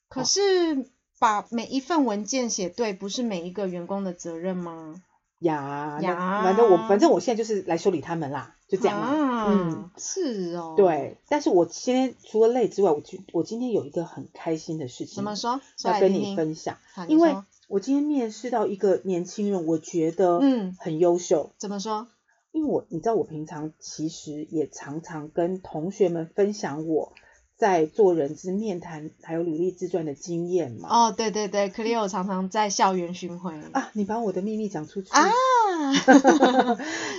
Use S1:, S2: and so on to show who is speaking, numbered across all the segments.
S1: 可是把每一份文件写对，不是每一个员工的责任吗？
S2: 呀，那
S1: 呀
S2: 反正我反正我现在就是来修理他们啦，就这样啦。
S1: 啊
S2: 嗯，
S1: 是哦。，
S2: 对，但是我今天除了累之外，我今我今天有一个很开心的事情
S1: 怎么说？说
S2: 要
S1: 来
S2: 跟
S1: 听
S2: 你
S1: 听
S2: 分享，
S1: 好你
S2: 因为
S1: 说
S2: 我今天面试到一个年轻人，我觉得
S1: 嗯
S2: 很优秀，
S1: 怎么说？
S2: 因为我你知道我平常其实也常常跟同学们分享我在做人资面谈还有履历自传的经验嘛。
S1: 哦，对对对，Clio 常常在校园巡回
S2: 啊， 你把我的秘密讲出去
S1: 啊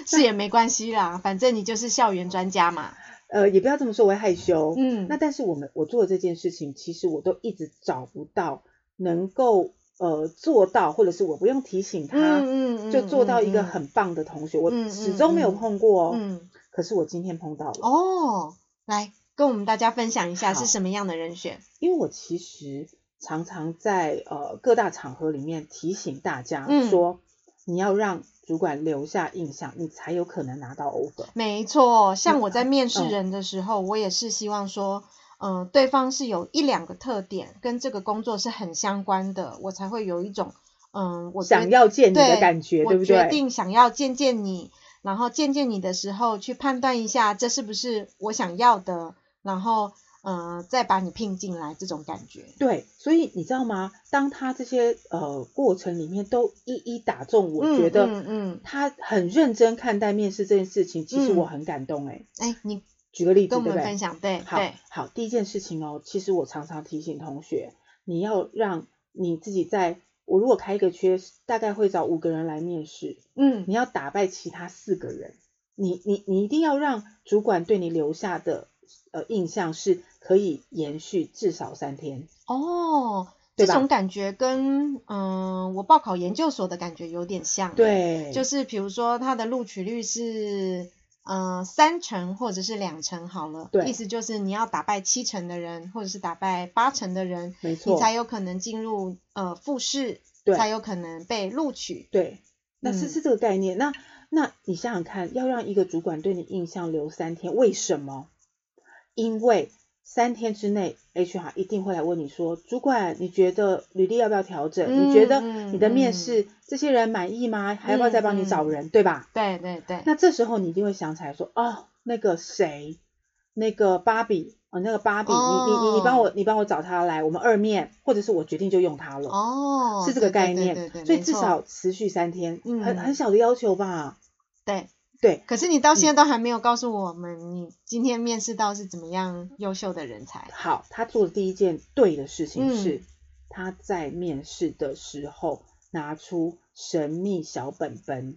S1: 是也没关系啦，反正你就是校园专家嘛。
S2: 呃，也不要这么说，我会害羞。
S1: 嗯
S2: 那但是我们我做的这件事情，其实我都一直找不到能够呃做到，或者是我不用提醒他，
S1: 嗯嗯嗯，
S2: 就做到一个
S1: 嗯
S2: 很棒的同学，
S1: 嗯
S2: 我始终没有碰过哦。
S1: 嗯。
S2: 可是我今天碰到了，
S1: 哦，来跟我们大家分享一下
S2: 好
S1: 是什么样的人选。
S2: 因为我其实常常在呃各大场合里面提醒大家
S1: 嗯
S2: 说，你要让主管留下印象，你才有可能拿到 offer。
S1: 没错，像我在面试
S2: 嗯
S1: 人的时候，我也是希望说，嗯、对方是有一两个特点跟这个工作是很相关的，我才会有一种，嗯、我决
S2: 想要见你的
S1: 对
S2: 感觉，对
S1: 我
S2: 不
S1: 决
S2: 对？
S1: 定想要见见你，然后见见你的时候去判断一下这是不是我想要的，然后嗯、呃再把你聘进来这种感觉。
S2: 对，所以你知道吗？当他这些呃过程里面都一一打中，我
S1: 嗯
S2: 觉得
S1: 嗯嗯，
S2: 他很认真看待面试这件事情，其实
S1: 嗯
S2: 我很感动哎、
S1: 哎、你
S2: 举个例子，
S1: 跟
S2: 对
S1: 我
S2: 不
S1: 们分
S2: 对？
S1: 享，对
S2: 好
S1: 对，
S2: 好，第一件事情哦，其实我常常提醒同学，你要让你自己在我如果开一个缺，大概会找五个人来面试，
S1: 嗯
S2: 你要打败其他四个人，你你你一定要让主管对你留下的呃印象是可以延续至少三天。
S1: 哦，
S2: 对
S1: 这
S2: 吧
S1: 种感觉跟嗯、我报考研究所的感觉有点像，，
S2: 对，
S1: 就是比如说它的录取率是嗯、呃三成或者是两成好了，
S2: 对
S1: 意思就是你要打败七成的人，或者是打败八成的人，
S2: 没
S1: 你
S2: 错，
S1: 才有可能进入呃复试，
S2: 对
S1: 才有可能被录取。
S2: 对，那
S1: 嗯
S2: 是是这个概念。那那你想想看，要让一个主管对你印象留三天，为什么？因为三天之内，HR 一定会来问你说，主管，你觉得履历要不要调整？你觉得
S1: 嗯
S2: 你的
S1: 嗯
S2: 面试、这些人满意吗？还要不要再帮你找
S1: 嗯嗯
S2: 人，对吧？
S1: 对对对，
S2: 那这时候你一定会想起来说，哦，那个谁，那个芭比，哦，那个芭比，你你你你帮我，你帮我找他来，我们二面，或者是我决定就用他了，
S1: 哦，
S2: 是这个
S1: 对对
S2: 概念。
S1: 对对对
S2: 所以
S1: 没
S2: 至
S1: 错
S2: 少持续三天，
S1: 嗯
S2: 很很小的要求吧？
S1: 对
S2: 对。
S1: 可是你到
S2: 嗯
S1: 现在都还没有告诉我们，你今天面试到是怎么样优秀的人 才？
S2: 好，他做的第一件对的事情
S1: 嗯
S2: 是，他在面试的时候拿出神秘小本本，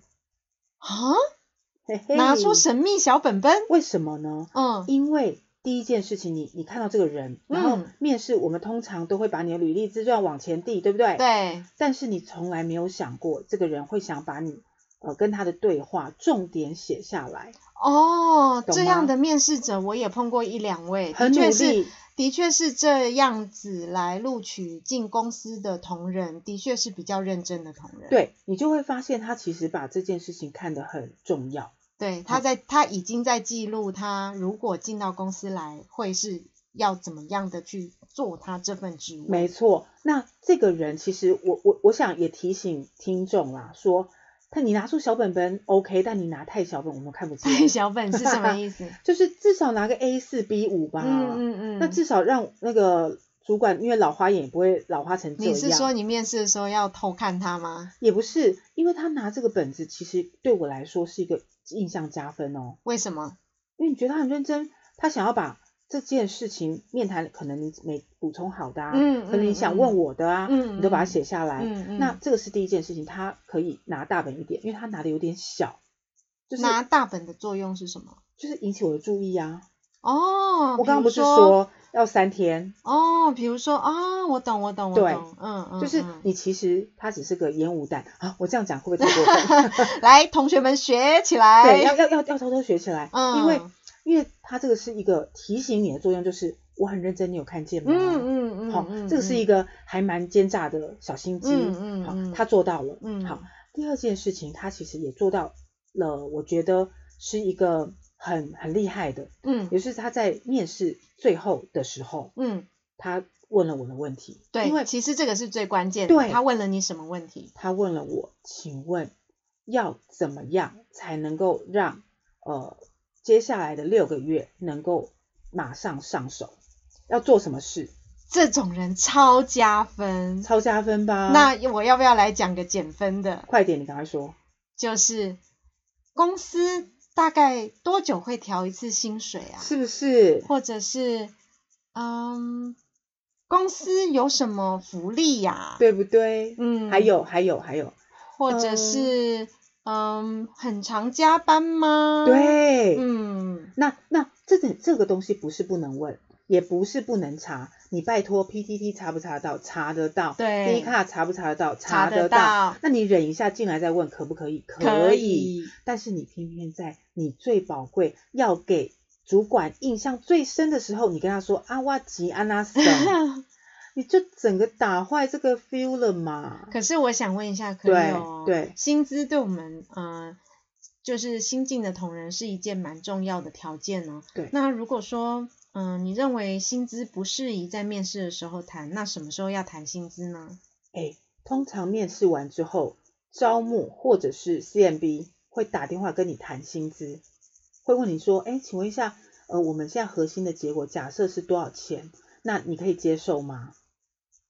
S1: 啊，
S2: 嘿嘿
S1: 拿出神秘小本本，
S2: 为什么呢？
S1: 嗯
S2: 因为第一件事情你，你看到这个人，然后
S1: 嗯
S2: 面试，我们通常都会把你的履历自传往前递，对不对？。
S1: 对，
S2: 但是你从来没有想过，这个人会想把你呃跟他的对话重点写下来，
S1: 哦，
S2: 懂
S1: 这
S2: 吗
S1: 样的面试者我也碰过一两位，的
S2: 很努
S1: 确是
S2: 力，
S1: 的确是这样子来录取进公司的同仁，的确是比较认真的同仁。
S2: 对你就会发现他其实把这件事情看得很重要。
S1: 对，他在他已经在记录他如果进到公司来会是要怎么样的去做他这份职务。
S2: 没错，那这个人其实我我我想也提醒听众啦，说他你拿出小本本 OK，但你拿太小本我们看不
S1: 太
S2: 清，
S1: 小本是什么意 思？
S2: 就是至少拿个 A 四 B 五吧。
S1: 嗯嗯嗯，
S2: 那至少让那个主管，因为老花眼也不会老花成这样。
S1: 你是说你面试的时候要偷看他吗？
S2: 也不是，因为他拿这个本子，其实对我来说是一个印象加分哦。
S1: 为什么？
S2: 因为你觉得他很认真，他想要把这件事情面谈，可能你没补充好的啊，
S1: 嗯
S2: 可能你
S1: 嗯
S2: 想
S1: 嗯
S2: 问我的啊，
S1: 嗯
S2: 你都把它
S1: 嗯
S2: 写下来。
S1: 嗯嗯
S2: 那这个是第一件事情，他可以拿大本一点，因为他拿的有点小，就是
S1: 拿大本的作用是什么？
S2: 就是引起我的注意啊。
S1: 哦，
S2: 我刚刚
S1: 比如
S2: 不是
S1: 说
S2: 说要三天，
S1: 哦，比如说啊，我懂，我懂，我
S2: 对
S1: 懂，嗯嗯，
S2: 就是
S1: 嗯
S2: 你其实他只是个烟雾弹啊！我这样讲会不会 太过分？
S1: 来，同学们学起来，
S2: 对，要要要要偷偷学起来，
S1: 哎嗯
S2: 因为因为它这个是一个提醒你的作用，就是我很认真，你有看见吗？
S1: 嗯嗯嗯，
S2: 好，
S1: 嗯
S2: 这个是一，个还蛮奸诈的小心机，
S1: 嗯嗯
S2: 好
S1: 嗯，
S2: 他做到了，
S1: 嗯
S2: 好。第二件事情，他其实也做到了，我觉得是一个很很厉害的，
S1: 嗯
S2: 也就是他在面试最后的时候，
S1: 嗯，
S2: 他问了我的问题，
S1: 对，
S2: 因为
S1: 其实这个是最关键的，
S2: 对
S1: 他问了你什么问题？
S2: 他问了我，请问要怎么样才能够让呃接下来的六个月能够马上上手？要做什么事？
S1: 这种人超加分。
S2: 超加分吧！
S1: 那我要不要来讲个减分的？
S2: 快点，你赶快说。
S1: 就是公司大概多久会调一次薪水啊？
S2: 是不是？
S1: 或者是嗯，公司有什么福利呀、
S2: 对不对？
S1: 嗯，
S2: 还，有还有还有，
S1: 或者是嗯很常加班吗？，
S2: 对，
S1: 嗯，
S2: 那那这点这个东西不是不能问，也不是不能查，你拜托 PTT 查不查得到？查得到。
S1: 对
S2: 低卡查不查得到？
S1: 查
S2: 得
S1: 得
S2: 到
S1: 到。
S2: 那你忍一下进来再问，可不可以？
S1: 可
S2: 以。
S1: 以，
S2: 但是你偏偏在你最宝贵要给主管印象最深的时候，你跟他说啊阿瓦吉安拉森，你就整个打坏这个 feel 了嘛？
S1: 可是我想问一下，可
S2: 对
S1: 以哦，
S2: 对
S1: 薪资对我们呃，就是新进的同仁是一件蛮重要的条件哦。
S2: 对
S1: 那如果说嗯、呃你认为薪资不适宜在面试的时候谈，那什么时候要谈薪资呢？
S2: 哎，通常面试完之后，招募或者是 CMB 会打电话跟你谈薪资，会问你说，哎，请问一下，呃，我们现在核心的结果假设是多少钱？那你可以接受吗？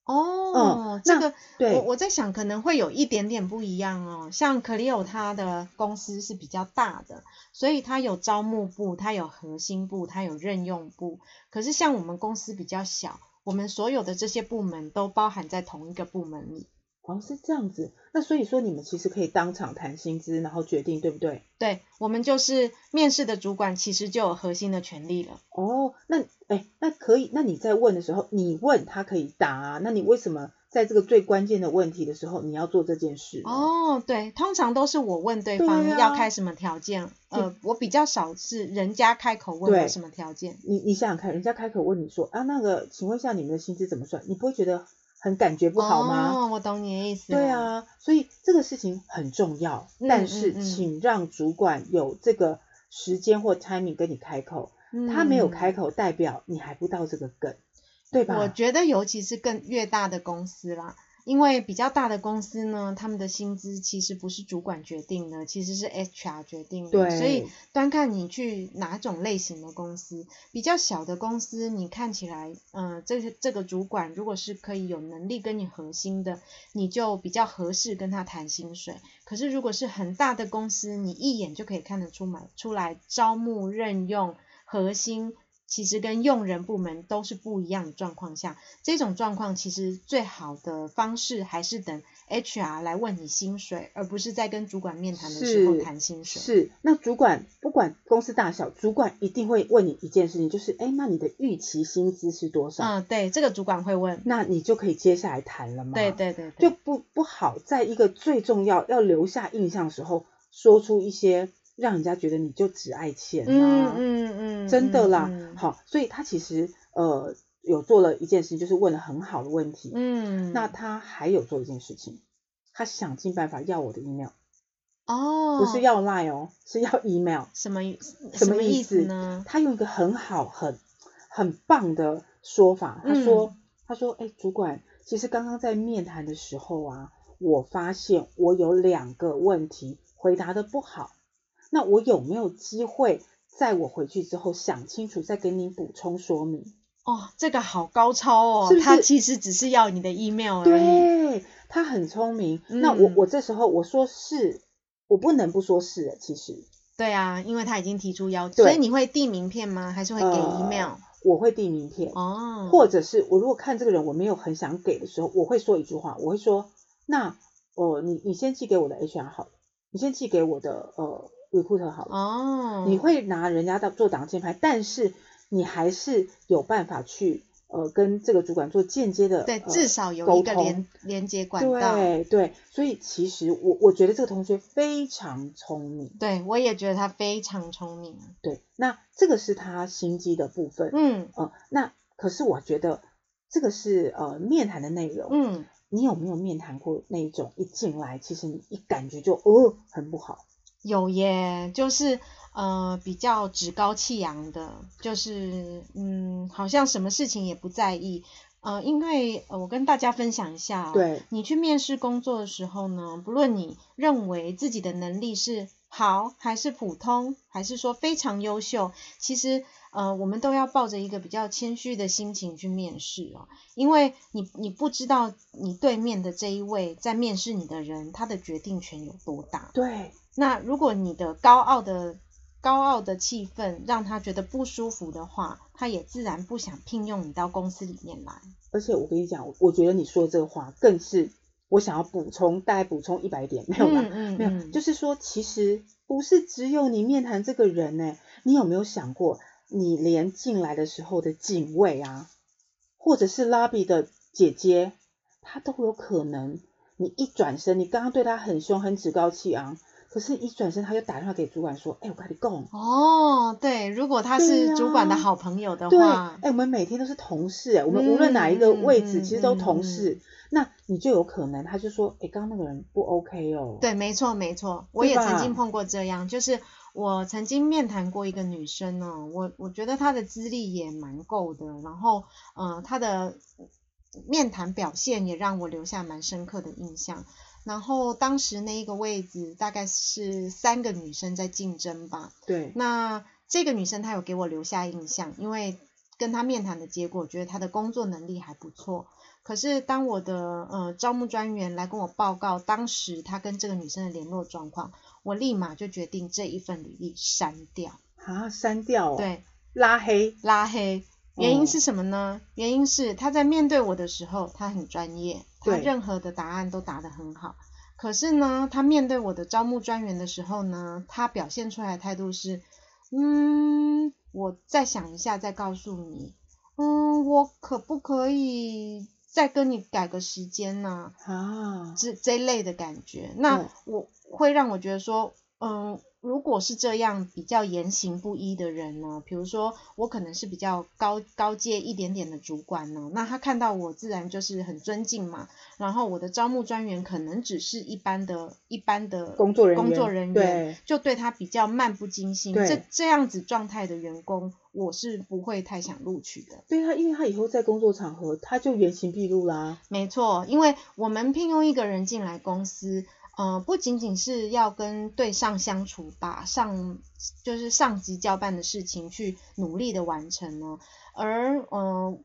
S1: 哦，
S2: 嗯
S1: 这
S2: 那
S1: 个
S2: 对，
S1: 我我在想，可能会有一点点不一样哦。像 Clio 它的公司是比较大的，所以它有招募部，它有核心部，它有任用部。可是像我们公司比较小，我们所有的这些部门都包含在同一个部门里。
S2: 哦，是这样子。那所以说你们其实可以当场谈薪资，然后决定，对不对？
S1: 对我们就是面试的主管，其实就有核心的权利了。
S2: 哦，那哎，那可以，那你在问的时候，你问他可以答啊，那你为什么在这个最关键的问题的时候，你要做这件事？，
S1: 哦，对，通常都是我问对
S2: 对
S1: 方
S2: 啊
S1: 要开什么条件，呃，我比较少是人家开口问我
S2: 对
S1: 什么条件。
S2: 你你想想看，人家开口问你说啊，那个，请问一下你们的薪资怎么算？你不会觉得很感觉不好吗？
S1: 哦，我懂你的意思。
S2: 对，啊，所以这个事情很重要，
S1: 嗯
S2: 但是
S1: 嗯嗯
S2: 请让主管有这个时间或 timing 跟你开口，
S1: 嗯
S2: 他没有开
S1: 口。
S2: 口代表你还不到这个梗，对吧？
S1: 我觉得尤其是更越大的公司啦，因为比较大的公司呢，他们的薪资其实不是主管决定的，其实是 HR 决定的。
S2: 对，
S1: 所以端看你去哪种类型的公司。比较小的公司，你看起来，嗯、这个这个主管如果是可以有能力跟你核心的，你就比较合适跟他谈薪水。可是如果是很大的公司，你一眼就可以看得出来，出来招募、任用、核心。其实跟用人部门都是不一样的状况下，这种状况其实最好的方式还是等 HR 来问你薪水，而不是在跟主管面谈的时候
S2: 是
S1: 谈薪水。
S2: 是，那主管不管公司大小，主管一定会问你一件事情，就是哎，那你的预期薪资是多少？
S1: 嗯，对，这个主管会问。
S2: 那你就可以接下来谈了嘛。
S1: 对对对
S2: 就
S1: 对，
S2: 不不好在一个最重要要留下印象的时候，说出一些让人家觉得你就只爱钱
S1: 嗯
S2: 啊，
S1: 嗯嗯，
S2: 真的啦。
S1: 嗯，
S2: 好，所以他其实呃有做了一件事情，就是问了很好的问题。
S1: 嗯，
S2: 那他还有做一件事情，他想尽办法要我的 email，、
S1: 哦，
S2: 不是要 line 哦，是要 email。
S1: 什么意
S2: 什么
S1: 么
S2: 意
S1: 思
S2: 思
S1: 呢？
S2: 他用一个很好、很很棒的说法，他说：“他说，哎、主管，其实刚刚在面谈的时候啊，我发现我有两个问题回答的不好，那我有没有机会在我回去之后想清楚再给您补充说明？”
S1: 哦，这个好高超哦，
S2: 是不是
S1: 他其实只是要你的 email 而已。
S2: 对，他很聪明。那我
S1: 嗯
S2: 我这时候我说是，我不能不说是，其实
S1: 对啊，因为他已经提出要求，
S2: 对
S1: 所以你会递名片吗？还是会给
S2: 呃
S1: email？
S2: 我会递名片。
S1: 哦，
S2: 或者是我如果看这个人我没有很想给的时候，我会说一句话，我会说，那呃，你你先寄给我的 HR 好了，你先寄给我的呃 recruiter 好了，
S1: 哦，
S2: 你会拿人家当做挡箭牌，但是你还是有办法去呃跟这个主管做间接的
S1: 对，
S2: 呃
S1: 至少有
S2: 沟
S1: 一个
S2: 通
S1: 连连接管道。
S2: 对对，所以其实我我觉得这个同学非常聪明，
S1: 对，我也觉得他非常聪明。啊
S2: 对，那这个是他心机的部分，
S1: 嗯
S2: 呃，那可是我觉得这个是呃面谈的内容，
S1: 嗯，
S2: 你有没有面谈过那一种一进来，其实你一感觉就哦很不好？
S1: 有耶，就是呃比较趾高气扬的，就是嗯，好像什么事情也不在意。呃，因为、呃、我跟大家分享一下哦，
S2: 对，
S1: 你去面试工作的时候呢，不论你认为自己的能力是好还是普通，还是说非常优秀，其实呃，我们都要抱着一个比较谦虚的心情去面试哦，因为你你不知道你对面的这一位在面试你的人，他的决定权有多大。
S2: 对，
S1: 那如果你的高傲的高傲的气氛让他觉得不舒服的话，他也自然不想聘用你到公司里面来。
S2: 而且我跟你讲，我觉得你说的这个话更是我想要补充，大概补充一百点没有啦，
S1: 嗯
S2: 没有，就是说其实不是只有你面谈这个人呢、你有没有想过，你连进来的时候的警卫啊，或者是 lobby 的姐姐，她都有可能，你一转身，你刚刚对她很凶很趾高气昂，可是一转身她就打电话给主管说，哎、我跟你讲。
S1: 哦，对，如果他是
S2: 对啊
S1: 主管的好朋友的
S2: 对，
S1: 话，
S2: 哎、我们每天都是同事、哎，我们无论哪一个位置，
S1: 嗯
S2: 其实都
S1: 嗯
S2: 同事。那你就有可能，他就说，哎、刚刚那个人不 OK 哦。
S1: 对，没错没错，我也
S2: 吧
S1: 曾经碰过这样，就是我曾经面谈过一个女生呢，我我觉得她的资历也蛮够的，然后呃她的面谈表现也让我留下蛮深刻的印象。然后当时那一个位置大概是三个女生在竞争吧，
S2: 对
S1: 那这个女生她有给我留下印象，因为跟她面谈的结果，觉得她的工作能力还不错。可是当我的呃招募专员来跟我报告当时她跟这个女生的联络状况，我立马就决定这一份履历删掉，
S2: 啊，删掉、哦，
S1: 对，
S2: 拉黑，
S1: 拉黑。原因
S2: 嗯
S1: 是什么呢？原因是他在面对我的时候，他很专业，他
S2: 对
S1: 任何的答案都答得很好。可是呢，他面对我的招募专员的时候呢，他表现出来的态度是，嗯，我再想一下再告诉你，嗯，我可不可以再跟你改个时间呢、
S2: 啊，
S1: 这这一类的感觉。那
S2: 嗯
S1: 我会让我觉得说，嗯，如果是这样比较言行不一的人呢，比如说我可能是比较高高阶一点点的主管呢，那他看到我自然就是很尊敬嘛。然后我的招募专员可能只是一般的、一般的
S2: 工作人员
S1: 工作人员，
S2: 对
S1: 就对他比较漫不经心。
S2: 对
S1: 这这样子状态的员工，我是不会太想录取的。
S2: 对啊他，因为他以后在工作场合他就原形毕露啦。
S1: 没错，因为我们聘用一个人进来公司，呃，不仅仅是要跟对上相处，把上就是上级交办的事情去努力的完成呢，而呃，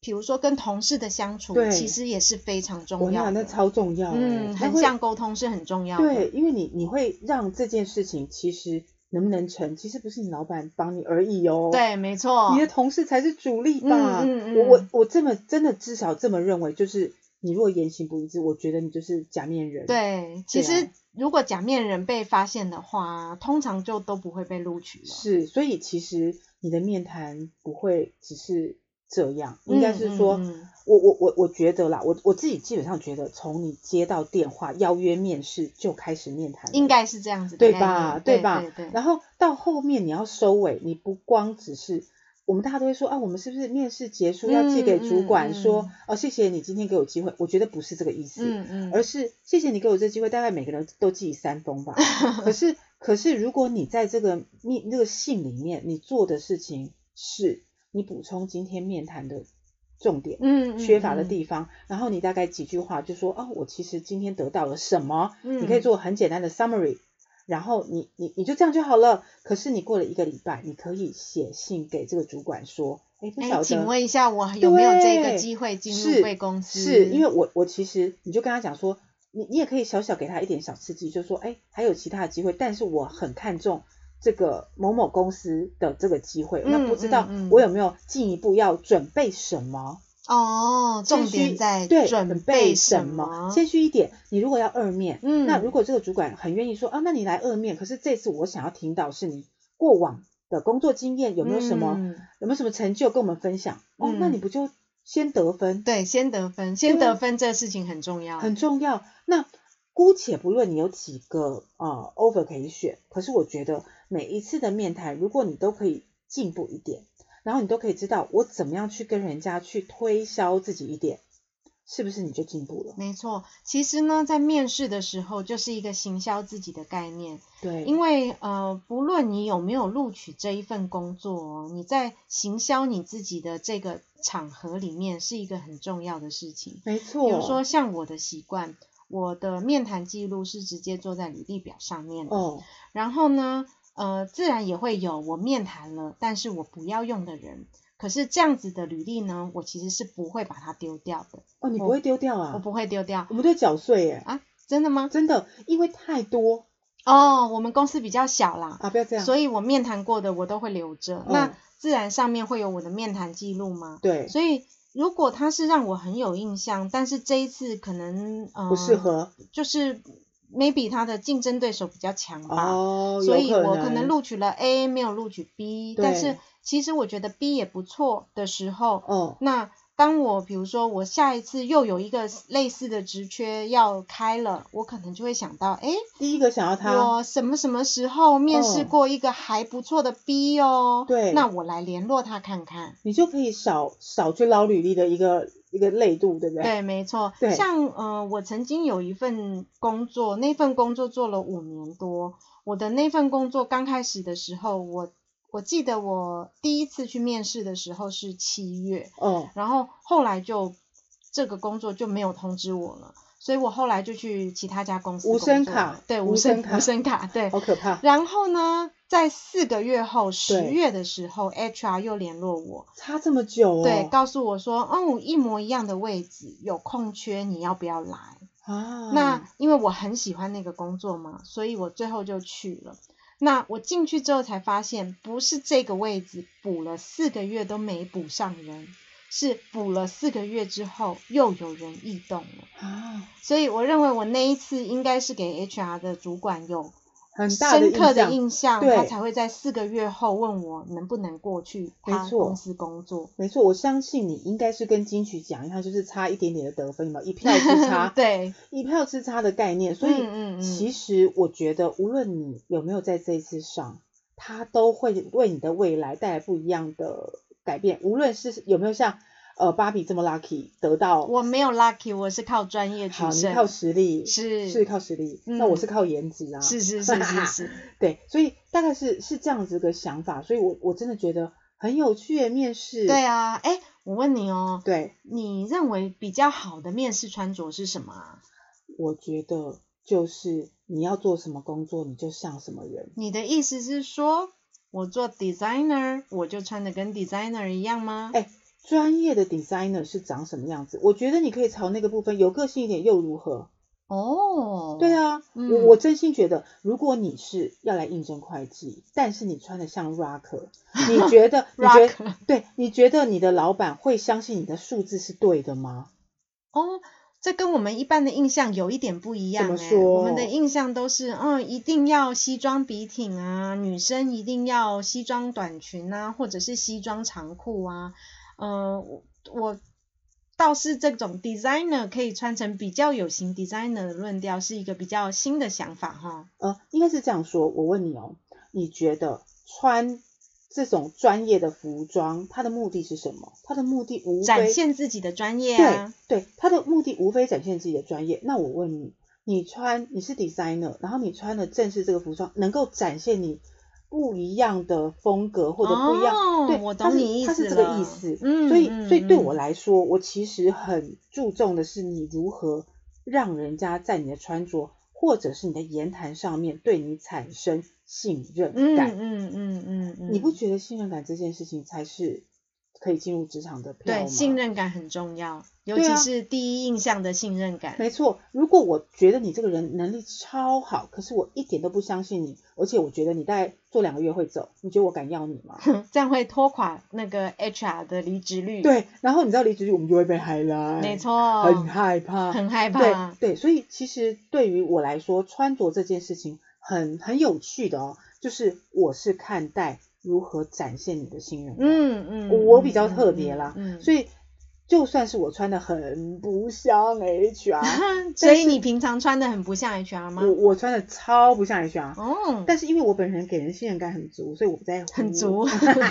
S1: 比如说跟同事的相处，
S2: 对
S1: 其实也是非常
S2: 我
S1: 重要
S2: 那那
S1: 的。
S2: 超重要、欸，
S1: 嗯，
S2: 他
S1: 横
S2: 会
S1: 向沟通是很重要的。
S2: 对，因为你你会让这件事情其实能不能成，其实不是你老板帮你而已哦。
S1: 对，。没错
S2: 你。的同事才是主力吧？
S1: 嗯嗯嗯
S2: 我我我这么真的至少这么认为，就是你如果言行不一致，我觉得你就是假面人。，
S1: 对，其
S2: 对啊
S1: 实如果假面人被发现的话，通常就都不会被录取了。
S2: 是，所以其实你的面谈不会只是这样，
S1: 嗯
S2: 应该是说，
S1: 嗯嗯
S2: 我我我我觉得啦，我我自己基本上觉得，从你接到电话邀约面试就开始面谈了，
S1: 应该是这样子的
S2: 对
S1: 概念，
S2: 吧？
S1: 对
S2: 吧
S1: 对对
S2: 然后到后面你要收尾，你不光只是我们大家都会说啊，我们是不是面试结束要寄给主
S1: 嗯嗯
S2: 管说、
S1: 嗯
S2: 哦，谢谢你今天给我机会，我觉得不是这个意思，
S1: 嗯嗯，
S2: 而是谢谢你给我这机会，大概每个人都寄三 封吧。可是可是如果你在这个面那个信里面，你做的事情是你补充今天面谈的重点。
S1: 嗯嗯
S2: 缺乏的
S1: 嗯
S2: 地方，然后你大概几句话就说哦，我其实今天得到了什么，
S1: 嗯
S2: 你可以做很简单的 summary，然后你你你就这样就好了。可是你过了一个礼拜，你可以写信给这个主管说，哎，不
S1: 哎、
S2: 晓
S1: 请
S2: 得。
S1: 问一下，我有没有这个
S2: 对
S1: 机会进入
S2: 是
S1: 贵公司？
S2: 是因为我我其实你就跟他讲说，你你也可以小小给他一点小刺激，就说哎还有其他的机会，但是我很看重这个某某公司的这个机会，那
S1: 嗯
S2: 不知道
S1: 嗯嗯
S2: 我有没有进一步要准备什么？
S1: 哦，
S2: 谦
S1: 重点
S2: 虚
S1: 在
S2: 对
S1: 准
S2: 备
S1: 什
S2: 么，谦虚一点。你如果要二面，
S1: 嗯
S2: 那如果这个主管很愿意说啊，那你来二面，可是这次我想要听到是你过往的工作经验有没有什么、
S1: 嗯
S2: 有没有什么成就跟我们分享？哦，那
S1: 嗯
S2: 你不就先得分，
S1: 对，先得分，先
S2: 对啊
S1: 得分这事情很重要。
S2: 很重要。那姑且不论你有几个呃 offer 可以选，可是我觉得每一次的面谈，如果你都可以进步一点，然后你都可以知道我怎么样去跟人家去推销自己一点，是不是你就进步了？
S1: 没错，其实呢，在面试的时候就是一个行销自己的概念，
S2: 对，
S1: 因为呃，不论你有没有录取这一份工作、哦，你在行销你自己的这个场合里面是一个很重要的事情。
S2: 没错，
S1: 比如说像我的习惯，我的面谈记录是直接做在履历表上面的。
S2: 哦，
S1: 然后呢，呃，自然也会有我面谈了，但是我不要用的人。可是这样子的履历呢，我其实是不会把它丢掉的，
S2: 哦，你
S1: 我
S2: 不会丢掉
S1: 我
S2: 啊？
S1: 不会丢掉
S2: 我。们都缴税耶，
S1: 啊真的吗？
S2: 真的，因为太多
S1: 哦，我们公司比较小啦，
S2: 啊，不要这样。
S1: 所
S2: 以
S1: 以我面谈过的我都会留着。
S2: 嗯
S1: 那自然上面会有我的面谈记录吗？
S2: 对，
S1: 所以如果他是让我很有印象，但是这一次可能呃
S2: 不适合
S1: 就是 maybe 他的竞争对手比较强吧，
S2: 哦，
S1: 嗯所
S2: 有
S1: 以我可能录取了 A，没有录取 B，
S2: 对
S1: 但是其实我觉得 B 也不错的时候，
S2: 哦，
S1: 那当我比如说我下一次又有一个类似的职缺要开了，我可能就会想到，哎，
S2: 第一个想要他，
S1: 我什么什么时候面试
S2: 哦
S1: 过一个还不错的 B 哦，
S2: 对
S1: 那我来联络他看看。
S2: 你就可以少少去捞履历的一个一个累度，对不对？
S1: 对，没错。
S2: 对
S1: 像呃，我曾经有一份工作，那份工作做了五年多。我的那份工作刚开始的时候，我我记得我第一次去面试的时候是七月，
S2: 哦，
S1: 然后后来就这个工作就没有通知我了，所以我后来就去其他家公司
S2: 无
S1: 工
S2: 声
S1: 作
S2: 卡
S1: 了对，
S2: 无
S1: 无声
S2: 声卡哦
S1: 无声卡，对。
S2: 好可怕，
S1: 然后呢，在四个月后，十
S2: 对
S1: 月的时候，HR 又联络我，
S2: 差这么久哦，
S1: 对，告诉我说，哦，一模一样的位置有空缺，你要不要来？
S2: 啊，
S1: 那因为我很喜欢那个工作嘛，所以我最后就去了。那我进去之后才发现，不是这个位置补了四个月都没补上人，是补了四个月之后又有人异动了。
S2: 啊，
S1: 所以我认为我那一次应该是给 HR 的主管有
S2: 很大
S1: 深刻的
S2: 象，
S1: 印象，
S2: 对
S1: 他才会在四个月后问我能不能过去他
S2: 没错
S1: 公司工作。
S2: 没错，我相信你应该是跟金曲奖一样，就是差一点点的得分，有没有？一票之差，
S1: 对，
S2: 一票之差的概念。所以，
S1: 嗯嗯嗯
S2: 其实我觉得，无论你有没有在这一次上，它都会为你的未来带来不一样的改变。无论是有没有像呃芭比这么 lucky 得到，
S1: 我没有 lucky，我是靠专业取
S2: 好，你
S1: 胜。
S2: 靠实力
S1: 是
S2: 是靠实力，
S1: 嗯
S2: 那我是靠颜值啊，
S1: 是是是是是，
S2: 对，所以大概是是这样子的想法，所以我我真的觉得很有趣耶，面试，
S1: 对啊。哎，我问你哦，
S2: 对，
S1: 你认为比较好的面试穿着是什么啊？
S2: 我觉得就是你要做什么工作，你就像什么人。
S1: 你的意思是说，我做 designer，我就穿的跟 designer 一样吗？
S2: 哎专业的 designer 是长什么样子？我觉得你可以朝那个部分有个性一点又如何？
S1: 哦，
S2: 对，啊，
S1: 嗯
S2: 我我真心觉得，如果你是要来应征会计，但是你穿的像 rocker，你 觉得你觉得
S1: Rocker
S2: 对？你觉得你的老板会相信你的数字是对的吗？
S1: 哦，这跟我们一般的印象有一点不一样、
S2: 怎
S1: 哎，
S2: 么说
S1: 我们的印象都是，嗯，一定要西装笔挺啊，女生一定要西装短裙啊，或者是西装长裤啊，嗯、我我倒是这种 designer 可以穿成比较有型 designer 的论调，是一个比较新的想法哈。
S2: 呃，应该是这样说。我问你哦，你觉得穿这种专业的服装，它的目的是什么？它的目的无非
S1: 展现自己的专业
S2: 对
S1: 啊，
S2: 对，他的目的无非展现自己的专业。那我问你，你穿你是 designer，然后你穿的正是这个服装，能够展现你不一样的风格或者不一样，
S1: 哦
S2: 对，
S1: 我
S2: 它
S1: 懂
S2: 是
S1: 你意
S2: 它是
S1: 思
S2: 这个
S1: 了
S2: 意思。
S1: 嗯
S2: 所以
S1: 嗯
S2: 所以对
S1: 嗯
S2: 我来说，我其实很注重的是你如何让人家在你的穿着或者是你的言谈上面对你产生信任
S1: 嗯
S2: 感。
S1: 嗯嗯嗯嗯，
S2: 你不觉得信任感这件事情才是可以进入职场的票吗？
S1: 对信任感很重要，尤
S2: 对
S1: 其
S2: 啊
S1: 是第一印象的信任感。
S2: 没错，如果我觉得你这个人能力超好，可是我一点都不相信你，而且我觉得你大概做两个月会走，你觉得我敢要你 吗？
S1: 这样会拖垮那个 HR 的离职率。，
S2: 对，然后你知道离职率，我们就会被海拉，
S1: 没，错，
S2: 很害怕，
S1: 很害怕
S2: 对。对，所以其实对于我来说，穿着这件事情很很有趣的哦，就是我是看待如何展现你的信任感，
S1: 嗯嗯，
S2: 我比
S1: 嗯
S2: 较特别啦，
S1: 嗯，
S2: 所
S1: 以
S2: 以就算是我穿的很不 像 HR，
S1: 所以
S2: 是
S1: 你平常穿的很不像 HR 吗
S2: 我？我穿的超不像 HR，
S1: 哦，
S2: 但是因为我本人给人信任感很足，所以我不在乎。
S1: 很足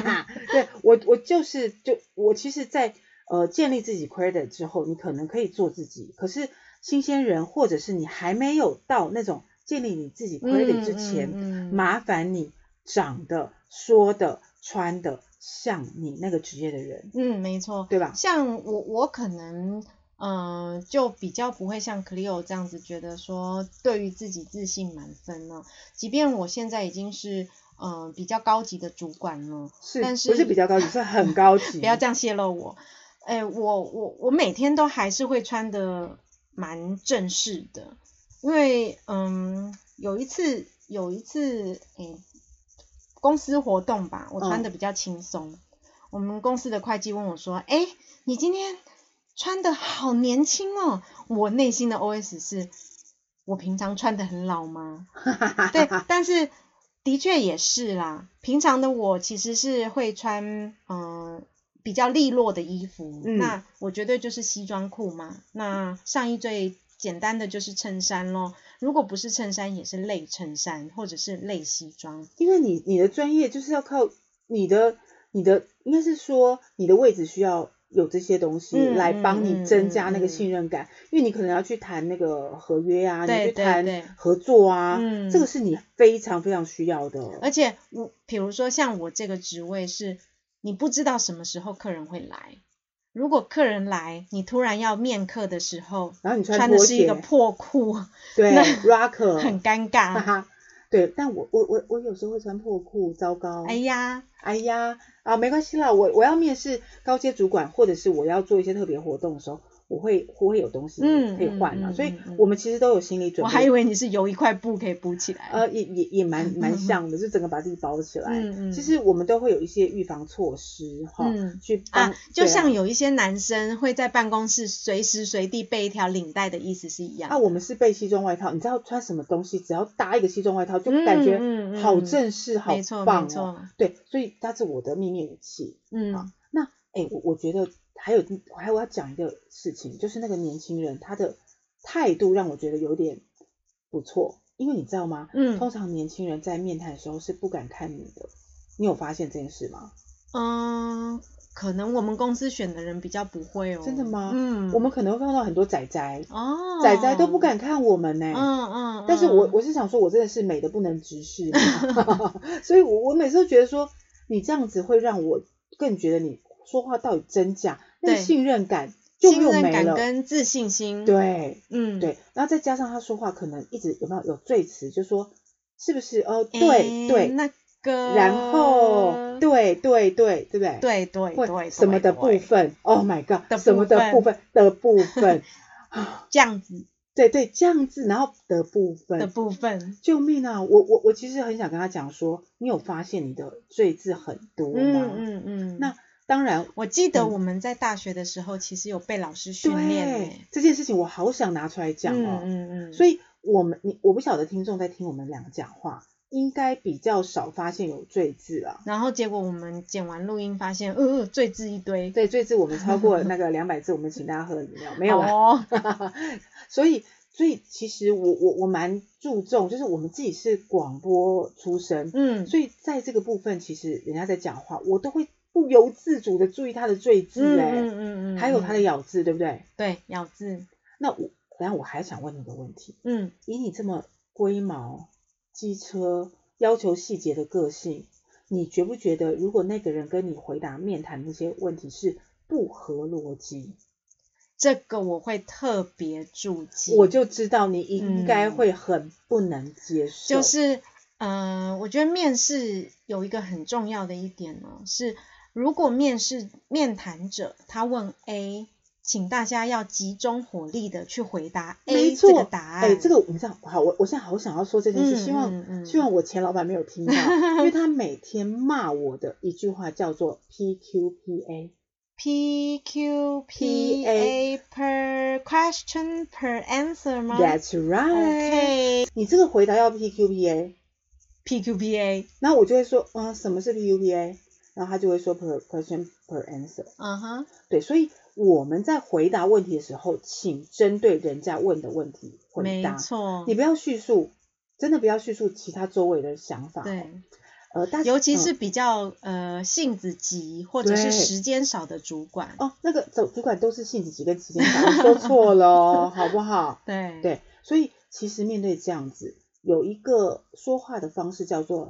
S2: 对我，我就是就我其实在，呃建立自己 credit 之后，你可能可以做自己。可是新鲜人或者是你还没有到那种建立你自己
S1: 嗯
S2: credit 之前，
S1: 嗯嗯嗯
S2: 麻烦你长得、说的、穿的像你那个职业的人，
S1: 嗯，没错。
S2: 对吧？
S1: 像我，我可能，嗯、就比较不会像 Clio 这样子觉得说对于自己自信满分了。即便我现在已经是，嗯、比较高级的主管了，
S2: 是，
S1: 但
S2: 不
S1: 是
S2: 是比较高级，是很高级。
S1: 不要这样泄露我。哎，我我我每天都还是会穿的蛮正式的，因为嗯，有一次有一次哎公司活动吧，我穿的比较轻松。我们公司的会计问我说：“哎，你今天穿的好年轻哦。”我内心的 OS 是：我平常穿的很老吗？ 对，但是的确也是啦。平常的我其实是会穿嗯、呃比较利落的衣服，
S2: 嗯
S1: 那我绝对就是西装裤嘛。那上衣最简单的就是衬衫咯，如果不是衬衫，也是类衬衫或者是类西装。
S2: 因为你你的专业就是要靠你的你的，应该是说你的位置需要有这些东西
S1: 嗯
S2: 来
S1: 嗯
S2: 帮
S1: 嗯
S2: 你增加
S1: 嗯
S2: 那个
S1: 嗯
S2: 信任感，因为你可能要去谈那个合约啊，你
S1: 对
S2: 去
S1: 对对
S2: 谈合作啊，
S1: 嗯
S2: 这个是你非常非常需要的。
S1: 而且我比如说像我这个职位是，你不知道什么时候客人会来。如果客人来，你突然要面客的时候，
S2: 然后你穿
S1: 穿的
S2: 拖
S1: 是一
S2: 鞋，嗯
S1: 个破裤，
S2: 对
S1: 那
S2: ，rocker，
S1: 很尴
S2: 哈
S1: 尬。
S2: 哈。对，但我我我我有时候会穿破裤，糟糕！
S1: 哎呀，
S2: 哎呀，啊，没关系啦，我我要面试高阶主管，或者是我要做一些特别活动的时候，我会我会有东西
S1: 嗯
S2: 可以换啊，
S1: 嗯嗯
S2: 所以
S1: 嗯嗯
S2: 我们其实都有心理准备。
S1: 我还以为你是由一块布可以补起来。
S2: 呃，也也也蛮蛮像的，就整个把自己包起来。
S1: 嗯嗯
S2: 其实我们都会有一些预防措施哈，
S1: 嗯
S2: 去帮
S1: 啊，就
S2: 对啊
S1: 像有一些男生会在办公室随时随地备一条领带的意思是一样
S2: 啊，
S1: 的。
S2: 我们是备西装外套，你知道穿什么东西，只要搭一个西装外套，就感
S1: 嗯嗯
S2: 觉
S1: 嗯
S2: 好正式，好
S1: 没错
S2: 棒
S1: 没
S2: 哦
S1: 错。
S2: 对，所以它是我的秘密武器。
S1: 嗯
S2: 那哎、我我觉得还有还有我要讲一个事情，就是那个年轻人他的态度让我觉得有点不错，因为你知道吗？
S1: 嗯
S2: 通常年轻人在面谈的时候是不敢看你的，你有发现这件事吗？
S1: 嗯，可能我们公司选的人比较不会哦。
S2: 真的吗？
S1: 嗯，
S2: 我们可能会碰到很多仔仔，
S1: 哦，
S2: 仔仔都不敢看我们呢、
S1: 嗯。嗯嗯，
S2: 但是我我是想说，我真的是美的不能直视， 所以我我每次都觉得说，你这样子会让我更觉得你说话到底真假，那个
S1: 对
S2: 信任感就
S1: 信
S2: 又
S1: 任
S2: 没
S1: 感
S2: 了。
S1: 跟自信心，，
S2: 对啊
S1: 嗯，
S2: 对，然后再加上他说话可能一直有没有有赘词，就说是不是哦，
S1: 诶，
S2: 对对，
S1: 那个，
S2: 然后对对对，对不对？
S1: 对对
S2: 或
S1: 对，
S2: 什么的部
S1: 对，
S2: 分，Oh my god，
S1: 的
S2: 什么的部
S1: 部
S2: 分的部分，
S1: 这样子
S2: 对对，这样子，然后的部分
S1: 的部分，
S2: 救命啊！我我我其实很想跟他讲说，你有发现你的罪字很多吗？
S1: 嗯嗯嗯，
S2: 那当然，
S1: 我记得
S2: 嗯
S1: 我们在大学的时候，其实有被老师训练
S2: 对
S1: 欸
S2: 这件事情，我好想拿出来讲哦。
S1: 嗯嗯嗯，
S2: 所
S1: 以
S2: 以我们你我不晓得听众在听我们俩讲话，应该比较少发现有罪字啊。
S1: 然后结果我们剪完录音发现，呃，罪字一堆，
S2: 对，罪字我们超过那个两百字，我们请大家喝饮料，没有啦。啊
S1: 哦，
S2: 所以，所以其实我我我蛮注重，就是我们自己是广播出身，
S1: 嗯
S2: 所以在这个部分，其实人家在讲话，我都会不由自主的注意他的赘字，
S1: 嗯
S2: 哎、
S1: 嗯嗯嗯，
S2: 还有他的
S1: 嗯
S2: 咬字，对不对？
S1: 对咬字，
S2: 那我，然后我还想问你个问题，
S1: 嗯，
S2: 以你这么龟毛、机车、要求细节的个性，你觉不觉得，如果那个人跟你回答面谈那些问题是不合逻辑，
S1: 这个我会特别注记，
S2: 我就知道你应该
S1: 嗯
S2: 会很不能接受，
S1: 就是，嗯、我觉得面试有一个很重要的一点呢，是如果面试面谈者他问 A，请大家要集中火力的去回答
S2: 没
S1: A
S2: 错
S1: 这个答案。
S2: 哎、这个我们这样好，我我现在好想要说这件事，
S1: 嗯
S2: 希望、
S1: 嗯嗯
S2: 希望我前老板没 有听到，因为他每天骂我的一句话叫做 PQPA。
S1: P Q P A per question per answer 吗
S2: That's right，、
S1: ？OK，P
S2: 你这个回答要 PQPA，
S1: Q P A，
S2: 然后我就会说，嗯，什么是 PQPA？然后他就会说 per question per answer。
S1: 嗯哼，
S2: 对，所以我们在回答问题的时候，请针对人家问的问题回
S1: 没
S2: 答，
S1: 错
S2: 你，不要叙述，真的不要叙述其他周围的想法。，
S1: 对，
S2: 呃，大
S1: 尤其
S2: 嗯
S1: 是比较、呃性子急或者
S2: 对
S1: 是时间少的主管，
S2: 哦，那个主主管都是性子急跟时间感，我说错了哦，好不好？
S1: 对
S2: 对，所以其实面对这样子，有一个说话的方式叫做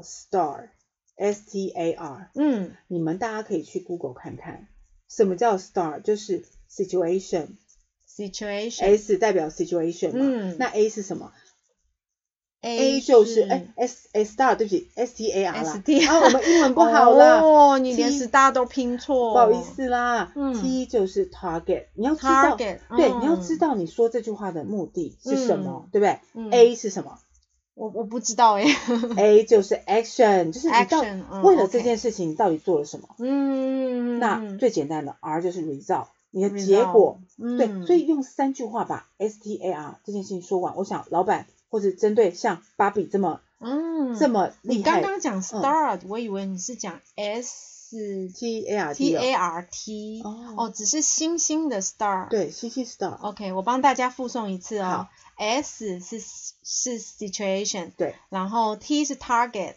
S2: star，s t a r，
S1: 嗯
S2: 你们大家可以去 Google 看看，什么叫 star，就是 situation，s
S1: ，situation。
S2: 代表 situation 嘛，
S1: 嗯
S2: 那 A 是什么
S1: A
S2: ？A 就是哎 S S star，对不起，S T A R 啦
S1: STAR
S2: 啊，我们英文不好啦。
S1: 哦，你连
S2: T-
S1: 十大都拼错，
S2: 不好意。思啦、
S1: 嗯
S2: t 就是 target，你要知道
S1: Target，
S2: 对，
S1: 嗯
S2: 你要知道你说这句话的目的是什么，
S1: 嗯
S2: 对不对、
S1: 嗯
S2: a 是什么
S1: 我我不知道哎，
S2: ？A 就是 action，就是你到
S1: Action，嗯
S2: 为了这
S1: OK
S2: 件事情你到底做了什么？
S1: 嗯，
S2: 那最简单的 R 就是 result，你的
S1: Result，
S2: 结果。
S1: 嗯
S2: 对，所以用三句话把 S T A R 这件事情说完，我想老板或者针对像芭比这么、
S1: 嗯，
S2: 这么厉
S1: 你
S2: 害嗯
S1: 刚刚讲 start，我以为你是讲 S
S2: T A R
S1: T
S2: D，
S1: A R T，
S2: 哦
S1: 哦，只是星星的 star。
S2: 对，星星 star，、
S1: ，OK，我帮大家附送一次哦
S2: 好。
S1: S 是是 situation，
S2: 对，
S1: 然后 T 是 target，A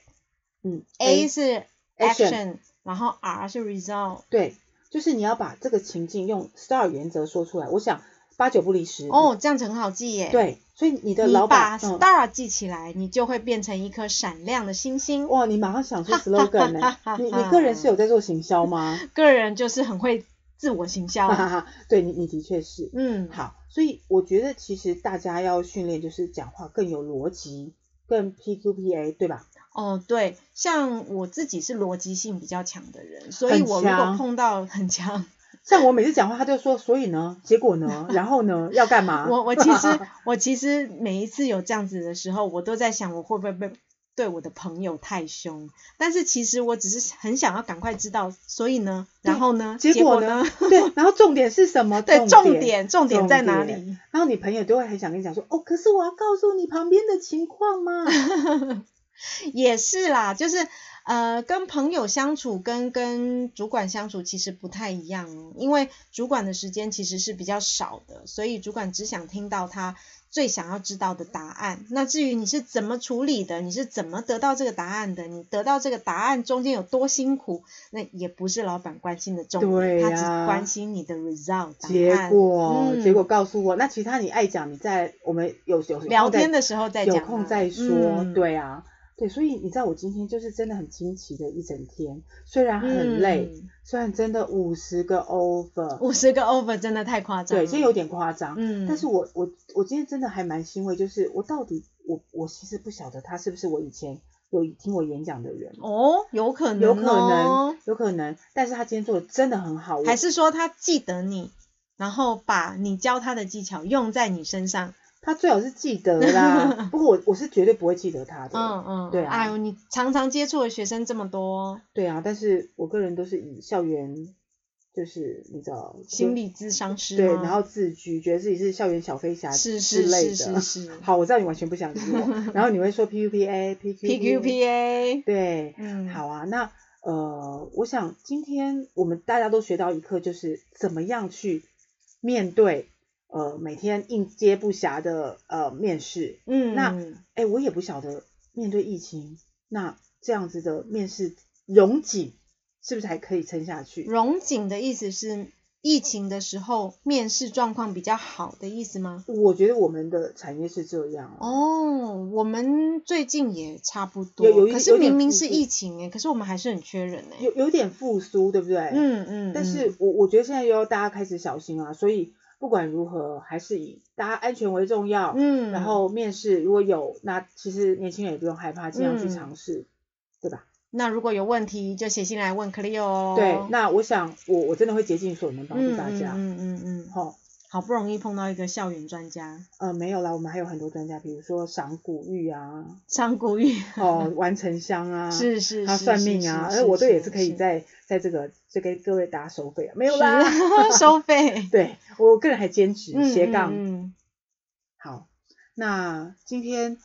S2: 嗯
S1: 是
S2: Action
S1: action，然后 R 是 result。
S2: 对，就是你要把这个情境用 STAR 原则说出来，我想八九不离十。
S1: 哦，这样子很好记耶。。
S2: 嗯对，所以你的
S1: 你
S2: 老
S1: 把
S2: 板，嗯
S1: star 记起来，你就会变成一颗闪亮的星星。
S2: 哇，你马上想出 slogan 呢、你你个人是有在做行 销吗？
S1: 个人就是很会自我行销
S2: 哈。哈哈，对你你的确是。
S1: 嗯，
S2: 好，所以我觉得其实大家要训练就是讲话更有逻辑，更 PQPA，对吧？
S1: 哦，对，像我自己是逻辑性比较强的人，所以
S2: 很
S1: 我如果
S2: 强
S1: 碰到很强，
S2: 像我每次讲话，他就说，所以呢，结果 呢，然后呢，要干嘛？
S1: 我我其实我其实每一次有这样子的时候，我都在想我会不会被对我的朋友太凶，但是其实我只是很想要赶快知道，所以呢，然后呢，
S2: 结
S1: 果
S2: 果呢？对，然后重点是什么？
S1: 对，重
S2: 重
S1: 点重点在哪？里？
S2: 然后你朋友就会很想跟你讲说，哦，可是我要告诉你旁边的情况嘛。
S1: 也是啦，就是呃，跟朋友相处跟跟主管相处其实不太一样哦，因为主管的时间其实是比较少的，所以主管只想听到他最想要知道的答案。那至于你是怎么处理的，你是怎么得到这个答案的，你得到这个答案中间有多辛苦，那也不是老板关心的重点，
S2: 对
S1: 他
S2: 呀
S1: 只关心你的 result
S2: 结
S1: 答案。
S2: 果，
S1: 嗯
S2: 结果告诉我，那其他你爱讲，你在我们有有有
S1: 聊
S2: 空再
S1: 天的时候再讲
S2: 有
S1: 啊、
S2: 空再说。
S1: 嗯、
S2: 对啊，对，所以你知道我今天就是真的很惊奇的一整天，虽然很累，
S1: 嗯
S2: 虽然真的五十个 over，
S1: 五十个 over 真的太夸张了。
S2: 对，这有点夸张。
S1: 嗯，
S2: 但是我我我今天真的还蛮欣慰，就是我到底我我其实不晓得他是不是我以前有听我演讲的人，
S1: 哦，有可能、哦，
S2: 有可能，有可能，但是他今天做的真的很好，我
S1: 还是说他记得你，然后把你教他的技巧用在你身上。
S2: 他最好是记得 啦。不过我我是绝对不会记得他的，
S1: 嗯嗯，
S2: 对啊
S1: 哎呦，你常常接触的学生这么多，
S2: 对啊。但是我个人都是以校园，就是你知道
S1: 心理咨商师
S2: 对，
S1: 吗
S2: 然后自居，觉得自己是校园小飞侠
S1: 是
S2: 之
S1: 是
S2: 类
S1: 是
S2: 的。
S1: 是是
S2: 好，我知道你完全不想理我，然后你会说 PUPA、PQP，
S1: ，PQPA，
S2: 对，
S1: 嗯，，
S2: 好啊，那呃，我想今天我们大家都学到一课，就是怎么样去面对呃每天应接不暇的呃面试。
S1: 嗯，
S2: 那哎，我也不晓得面对疫情，那这样子的面试容景是不是还可以撑下去？
S1: 荣景的意思是疫情的时候面试状况比较好的意思吗？
S2: 我觉得我们的产业是这样啊，
S1: 哦，我们最近也差不多，
S2: 有有一
S1: 可
S2: 有
S1: 是
S2: 点
S1: 明明
S2: 复
S1: 是
S2: 苏
S1: 疫情哎，可是我们还是很缺人哎，
S2: 有有点复苏，对不对？
S1: 嗯嗯，嗯
S2: 但是我我觉得现在又要大家开始小心啊，所以不管如何，还是以大家安全为重要。
S1: 嗯，
S2: 然后面试如果有，那其实年轻人也不用害怕，尽量去
S1: 嗯
S2: 尝试，对吧？
S1: 那如果有问题就写信来问 Cleo 哦。
S2: 对，那我想我我真的会竭尽所能帮助大家。
S1: 嗯嗯嗯嗯，
S2: 好、
S1: 好不容易碰到一个校园专家，
S2: 呃，没有啦，我们还有很多专家，比如说赏古玉 啊，
S1: 张国玉。
S2: 哦，完成香啊，
S1: 是是
S2: 还有
S1: 是
S2: 算
S1: 是
S2: 命
S1: 是
S2: 啊，
S1: 是
S2: 而我都
S1: 是
S2: 也是可以
S1: 是
S2: 在在这个就给各位打手费啊，没
S1: 没
S2: 有啦，
S1: 收费。
S2: 对我个人还兼职
S1: 嗯
S2: 斜杠。
S1: 嗯
S2: 好，那今天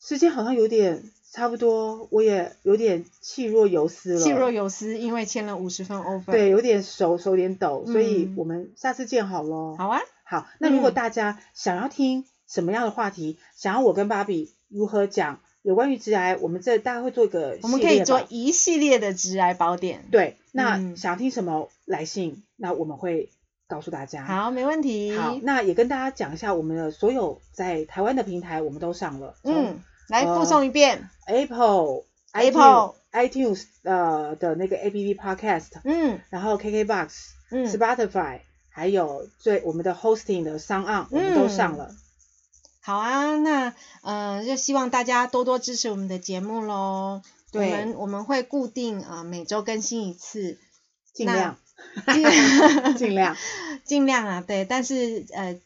S2: 时间好像有点差不多，我也有点气若游丝
S1: 嗯
S2: 了，
S1: 气若游丝，因为签了五十分 over。，
S2: 对，有点手手有点抖，所以
S1: 嗯
S2: 我们下次见好喽。
S1: 好啊，
S2: 好，那如果
S1: 嗯
S2: 大家想要听什么样的话题，想要我跟芭比如何讲有关于致癌，我们这大概会做一个
S1: 我们
S2: 系
S1: 可以
S2: 列
S1: 做
S2: 吧
S1: 一系列的直癌宝典。，
S2: 对。那
S1: 嗯
S2: 想要听什么来信，那我们会告诉大家。。
S1: 好，没问题。
S2: 好，那也跟大家讲一下，我们的所有在台湾的平台我们都上了，从
S1: 嗯，来
S2: 呃
S1: 复诵一遍。
S2: Apple、
S1: Apple
S2: iTunes 呃的那个 APP Podcast，
S1: 嗯
S2: 然后 KKBox、
S1: 嗯，
S2: Spotify，还有最我们的 Hosting 的商
S1: 嗯
S2: 岸，我们都上了。
S1: 好啊，那呃，就希望大家多多支持我们的节目喽。
S2: 对
S1: 我们我们会固定啊、呃每周更新一次，
S2: 尽量
S1: 尽
S2: 尽量，
S1: 尽量啊，对，但是呃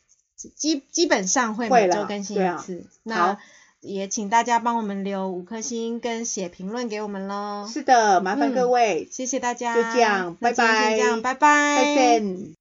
S1: 基基本上会
S2: 会
S1: 每
S2: 啦
S1: 周更新
S2: 对
S1: 一
S2: 啊
S1: 次。
S2: 好
S1: 那也请大家帮我们留五颗星跟写评论给我们喽，
S2: 是的，麻烦
S1: 嗯
S2: 各位，
S1: 谢谢大家，
S2: 就这样
S1: 那今天
S2: 拜 拜
S1: 先这样，拜拜，
S2: 再见。